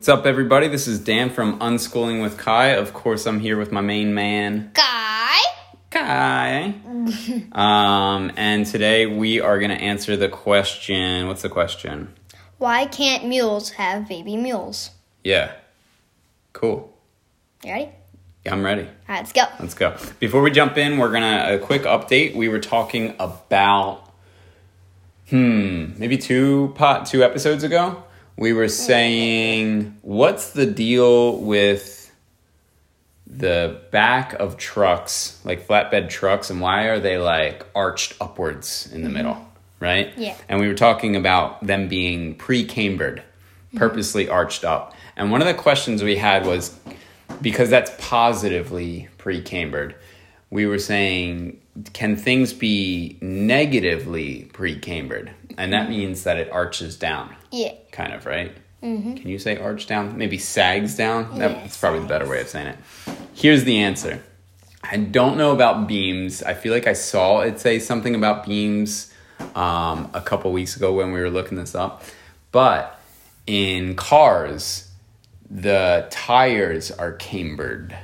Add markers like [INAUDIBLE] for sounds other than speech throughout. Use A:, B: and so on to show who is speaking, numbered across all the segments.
A: What's up, everybody? This is Dan from Unschooling with Kai. Of course, I'm here with my main man,
B: guy.
A: Kai. um, and today we are going to answer the question. What's the question?
B: Why can't mules have baby mules?
A: Yeah. Cool.
B: You ready?
A: Yeah, I'm ready.
B: All right, let's go.
A: Let's go. Before we jump in, we're gonna a quick update. We were talking about hmm, maybe two pot two episodes ago. We were saying what's the deal with the back of trucks, like flatbed trucks, and why are they like arched upwards in the middle, right?
B: Yeah.
A: And we were talking about them being pre-cambered, purposely arched up. And one of the questions we had was because that's positively pre-cambered we were saying can things be negatively pre-cambered and that means that it arches down
B: Yeah.
A: kind of right can you say arch down maybe sags down
B: Yeah,
A: that's probably the better way of saying it here's the answer i don't know about beams i feel like i saw it say something about beams um, a couple weeks ago when we were looking this up but in cars the tires are cambered.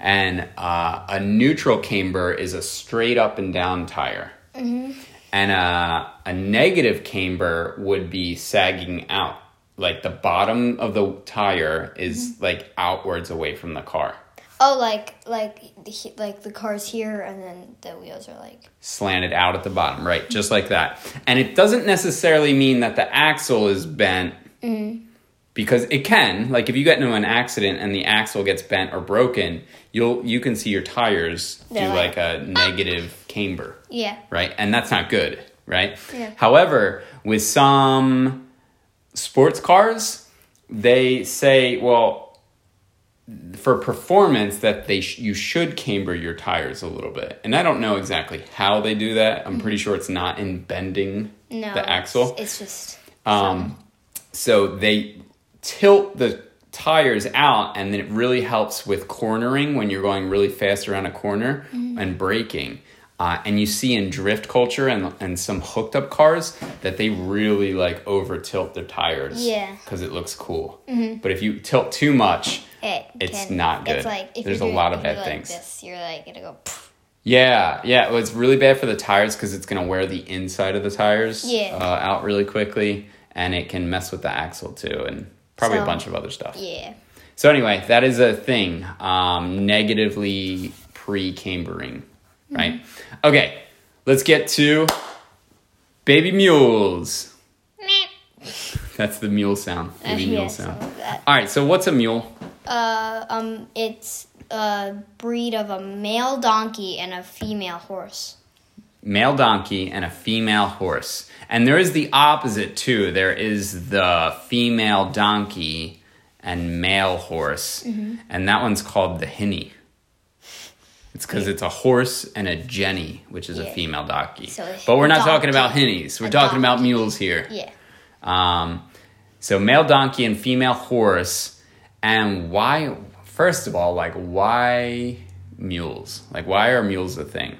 A: And uh, a neutral camber is a straight up and down tire. And a, a negative camber would be sagging out. Like the bottom of the tire is like outwards away from the car,
B: Oh, like like the he- like the car's here, and then the wheels are like.
A: slanted out at the bottom, right? Just like that. And it doesn't necessarily mean that the axle is bent because it can like if you get into an accident and the axle gets bent or broken you'll you can see your tires
B: They're
A: do
B: like,
A: like a negative camber
B: Yeah.
A: right and that's not good right
B: Yeah.
A: however with some sports cars they say well for performance that they sh- you should camber your tires a little bit and i don't know exactly how they do that i'm pretty sure it's not in bending
B: Mm-hmm. No.
A: the axle
B: It's, it's just.
A: um, so they tilt the tires out, and then it really helps with cornering when you're going really fast around a corner
B: Mm-hmm.
A: and braking. Uh, and you see in drift culture and, and some hooked up cars that they really like over tilt their tires.
B: Yeah. Mm-hmm.
A: Because it looks cool. But if you tilt too much,
B: It
A: it's
B: can-
A: not good.
B: It's like if
A: There's
B: you're
A: a lot of bad
B: doing- if you're
A: things.
B: Like this, you're like gonna go. pff.
A: Yeah, yeah. Well, it's really bad for the tires because it's going to wear the inside of the tires
B: Yeah.
A: uh, out really quickly, and it can mess with the axle too, and probably a
B: So-
A: bunch of other stuff.
B: Yeah.
A: So anyway, that is a thing. Um, negatively pre-cambering, right? Okay, let's get to baby mules.
B: Meh.
A: That's the mule sound. Baby
B: yeah,
A: mule
B: something
A: sound.
B: like that.
A: All right. So what's a mule?
B: Uh, um, it's a breed of a male donkey and a female horse.
A: male donkey and a female horse. And there is the opposite too. There is the female donkey and male horse.
B: Mm-hmm.
A: And that one's called the hinny. It's because it's a horse and a jenny, which is a
B: Yeah.
A: female donkey.
B: So a
A: but we're not
B: donkey.
A: talking about hinnies. We're talking about
B: donkey.
A: mules here.
B: Yeah.
A: Um, so male donkey and female horse. And why, first of all, like why mules? Like why are mules a thing?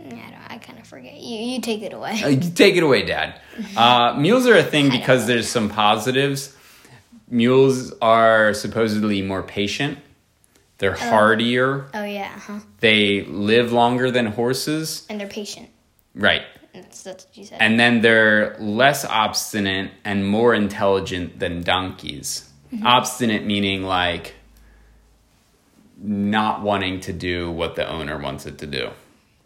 B: I don't. I kind of forget. You you take it away.
A: Uh, Take it away, Dad. Uh, mules are a thing because
B: know.
A: there's some positives. Mules are supposedly more patient. They're hardier.
B: Oh yeah. Huh.
A: They live longer than horses.
B: And they're patient.
A: Right.
B: That's, that's what you said.
A: And then they're less obstinate and more intelligent than donkeys.
B: Mm-hmm.
A: Obstinate meaning like not wanting to do what the owner wants it to do.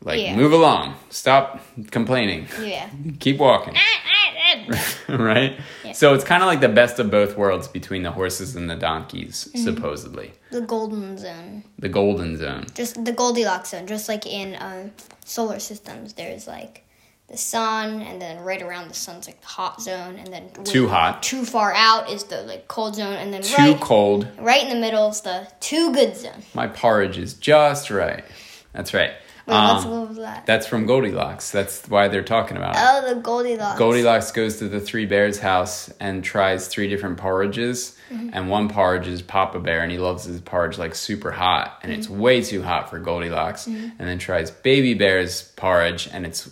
A: Like,
B: Yeah.
A: move along. Stop complaining. [LAUGHS]
B: yeah.
A: Keep walking. [LAUGHS] right?
B: Yeah.
A: So it's kind of like the best of both worlds between the horses and the donkeys,
B: Mm-hmm.
A: supposedly.
B: the golden zone.
A: The golden zone.
B: Just the Goldilocks zone. Just like in um, solar systems, there's like the sun, and then right around the sun's like the hot zone, and then way-
A: Too hot.
B: too far out is the like cold zone, and then
A: Too
B: right
A: cold.
B: right in the middle is the too good zone.
A: My porridge is just right. That's right.
B: Wait, what's a
A: Um,
B: little of that?
A: that's from Goldilocks. That's why they're talking about it.
B: Oh, the Goldilocks.
A: Goldilocks goes to the three bears' house and tries three different porridges,
B: Mm-hmm.
A: and one porridge is Papa Bear, and he loves his porridge like super hot, and
B: Mm-hmm.
A: it's way too hot for Goldilocks, and then tries Baby Bear's porridge, and it's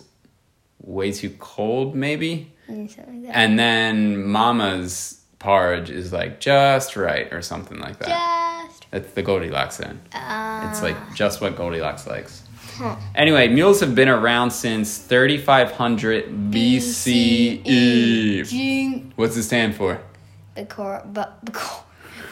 A: way too cold, maybe,
B: And something like that.
A: and then Mama's porridge is like just right or something like that.
B: Just.
A: That's the Goldilocks zone.
B: Uh,
A: It's like just what Goldilocks likes.
B: huh.
A: Anyway, mules have been around since 3500
B: E.
A: BCE.
B: Jing.
A: E. What's it stand for?
B: Before, but [LAUGHS] before,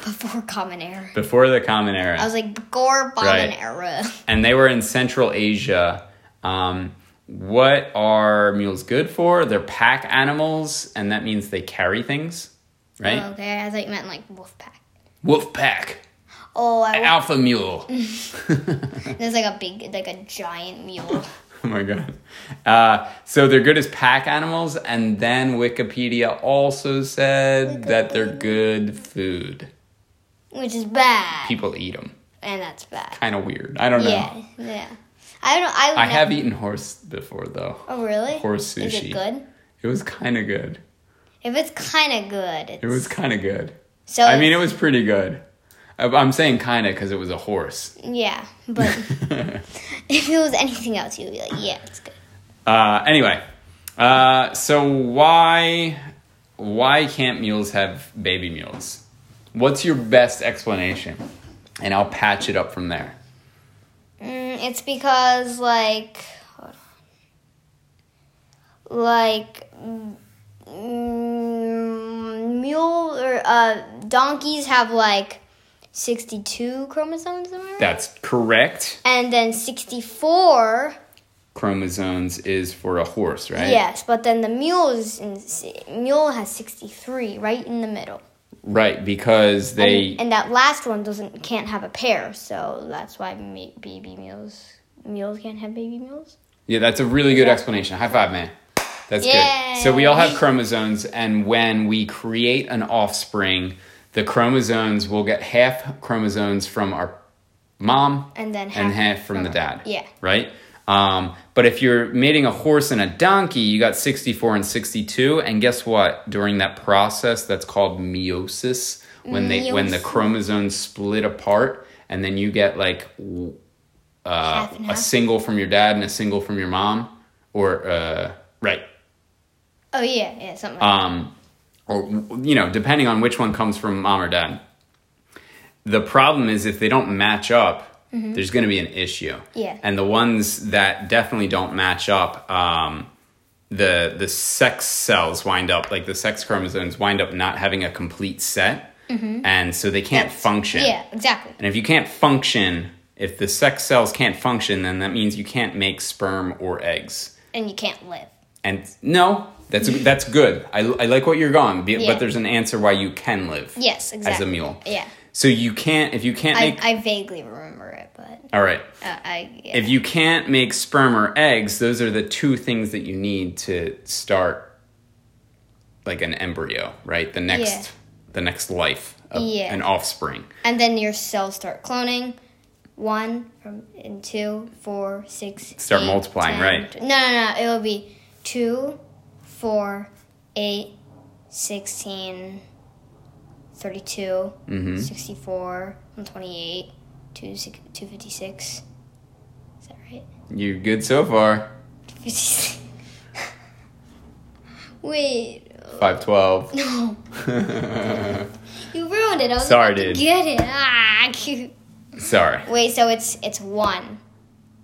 B: before Common Era.
A: Before the Common
B: I
A: Era.
B: was like, before Common
A: Right.
B: Era. [LAUGHS]
A: And they were in Central Asia. Um, what are mules good for? They're pack animals, and that means they carry things, right?
B: Okay, I thought you meant like wolf pack.
A: Wolf pack,
B: Oh, I
A: alpha mule.
B: There's like a big, like a giant mule.
A: [LAUGHS] Oh my god. Uh, so they're good as pack animals, and then Wikipedia also said that they're good food.
B: Which is bad.
A: People eat them.
B: and that's bad.
A: Kind of weird. I don't know.
B: Yeah, yeah. I don't. I, would
A: I
B: nev-
A: have eaten horse before though.
B: Oh really?
A: horse
B: Is
A: sushi.
B: it good?
A: It was kind of good.
B: If it's kind of good, it's,
A: It was kind of good.
B: So
A: I mean, it was pretty good. I- I'm saying kind of because it was a horse.
B: yeah.
A: [LAUGHS]
B: But [LAUGHS] if it was anything else, you'd be like, yeah, it's good.
A: Uh, anyway, uh, so why why can't mules have baby mules? What's your best explanation? And I'll patch it up from there.
B: Mm, it's because like, hold on. like mm, mule or uh, donkeys have like sixty-two chromosomes. Am I right?
A: That's correct.
B: And then 64,
A: Chromosomes is for a horse, right?
B: yes, but then the mule is in, mule has 63 right in the middle.
A: Right, because they
B: and, and that last one doesn't can't have a pair, so that's why ma- baby mules mules can't have baby mules.
A: Yeah, that's a really good explanation. High five, man. That's good. So we all have chromosomes, and when we create an offspring, the chromosomes will get half chromosomes from our mom
B: And then
A: and half from the dad.
B: Yeah.
A: Right? Um, but if you're mating a horse and a donkey, you got 64 and 62. And guess what? During that process, that's called meiosis. When they when the
B: Meiosis.
A: chromosomes split apart, and then you get like w- uh,
B: Half and
A: a
B: half.
A: single from your dad and a single from your mom, or uh, right,
B: Oh yeah, yeah, something. like
A: um, or you know, depending on which one comes from mom or dad. The problem is if they don't match up, there's going to be an issue.
B: Mm-hmm. Yeah.
A: and the ones that definitely don't match up, um, the the sex cells wind up like the sex chromosomes wind up not having a complete set, and so they can't function.
B: that. Mm-hmm. yeah, exactly.
A: And if you can't function, if the sex cells can't function, then that means you can't make sperm or eggs.
B: And you can't live.
A: And no, that's that's good. I, I like what you're going, be-
B: Yeah.
A: but there's an answer why you can live.
B: Yes, exactly.
A: mule.
B: Yeah.
A: So you can't if you can't
B: I,
A: make
B: I vaguely remember it, but
A: all right.
B: uh, I yeah.
A: If you can't make sperm or eggs, those are the two things that you need to start like an embryo, right? The next the next life, of
B: Yeah.
A: an offspring.
B: and then your cells start cloning. One from and two, four, six.
A: Start
B: eight,
A: multiplying,
B: 10,
A: right.
B: tw- No, no, no. It will be two, four, eight, 16, 32,
A: Mm-hmm.
B: 64, 128, 256. Is that right?
A: You're good so far.
B: 256. [LAUGHS] Wait, [LAUGHS]
A: 512.
B: no. you ruined it. I was
A: Sorry,
B: about to
A: dude.
B: Get it. Ah, cute.
A: Sorry.
B: Wait, so it's it's one,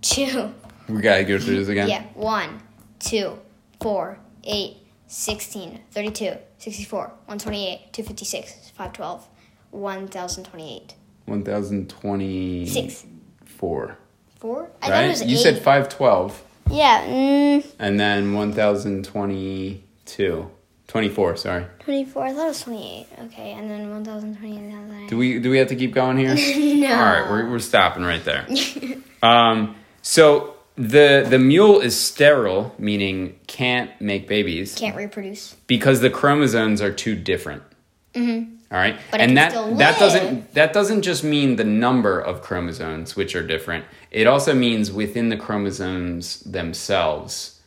B: two, [LAUGHS]
A: We gotta go through this again.
B: yeah, one, two, four, eight, sixteen, thirty-two, sixty-four, one twenty-eight, two fifty-six, five twelve, one thousand twenty-eight,
A: 1024.
B: six, four. I thought it
A: Right?
B: was
A: You
B: eight.
A: said 512
B: yeah, mm,
A: and then 1022. 24, sorry.
B: twenty-four. I thought it was twenty-eight. Okay, and then one thousand twenty-eight.
A: Do we do we have to keep going here?
B: No.
A: All right, we're we're stopping right there. um so the the mule is sterile, meaning can't make babies
B: Can't reproduce.
A: because the chromosomes are too different. All right,
B: Mm-hmm. But it
A: and
B: can
A: that
B: still
A: that
B: live.
A: doesn't that doesn't just mean the number of chromosomes, which are different. It also means within the chromosomes themselves,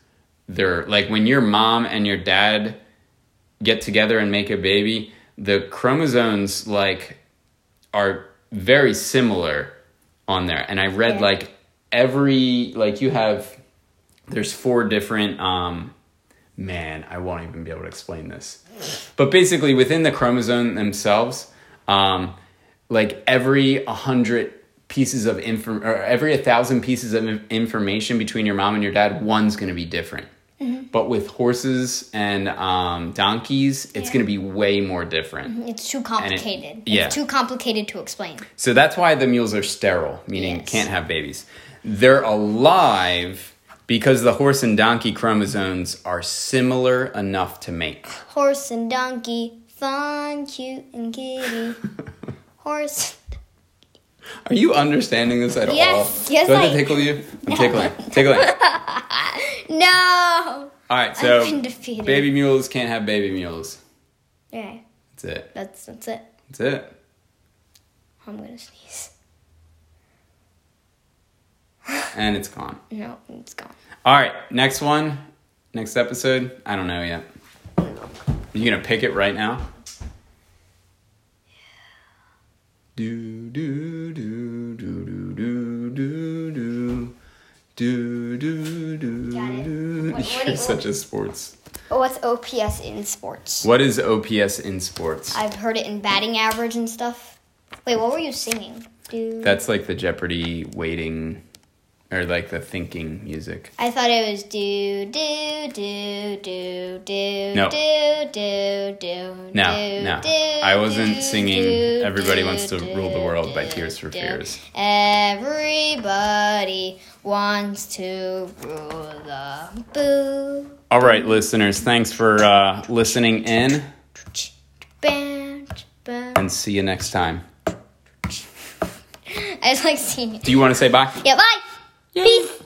A: they're like when your mom and your dad get together and make a baby, the chromosomes like are very similar on there. And I read
B: Yeah.
A: like every like you have there's four different um man, I won't even be able to explain this. But basically, within the chromosome themselves, um, like every 100 pieces of inform or every 1,000 pieces of in- information between your mom and your dad, one's going to be different. But with horses and um, donkeys, it's going to be way more different.
B: It's too complicated.
A: yeah.
B: It's too complicated to explain.
A: So that's why the mules are sterile, meaning
B: Yes.
A: can't have babies. They're alive because the horse and donkey chromosomes are similar enough to mate.
B: Horse and donkey, fun, cute, and kitty. Horse.
A: Are you understanding this at
B: Yes,
A: all?
B: yes,
A: Do I have
B: I-
A: to tickle you? I'm
B: [LAUGHS]
A: tickling. Tickling.
B: No!
A: All right, so
B: been defeated.
A: baby mules can't have baby mules.
B: Okay,
A: That's it.
B: that's, that's it.
A: That's it.
B: I'm gonna sneeze.
A: And it's gone.
B: No, it's gone.
A: All right, next one. Next episode. I don't know yet. You gonna pick it right now? Do do do do do do do do do do do
B: Got it.
A: do.
B: What- what
A: [LAUGHS] You're
B: is-
A: such a sports.
B: What's OPS in sports?
A: What is OPS in sports?
B: I've heard it in batting average and stuff. Wait, what were you singing? Dude.
A: That's like the Jeopardy waiting, or like the thinking music.
B: I thought it was do do do do do
A: No.
B: do do do.
A: No,
B: do,
A: no.
B: do,
A: I wasn't
B: do,
A: singing
B: do,
A: Everybody
B: do,
A: Wants to
B: do,
A: Rule the World by
B: do,
A: Tears for
B: do.
A: Fears.
B: Everybody wants to rule the boo.
A: All right, listeners, thanks for uh, listening in,
B: Bam, bam.
A: and see you next time.
B: I just like seeing it.
A: Do you want to say bye?
B: Yeah, bye. Peace.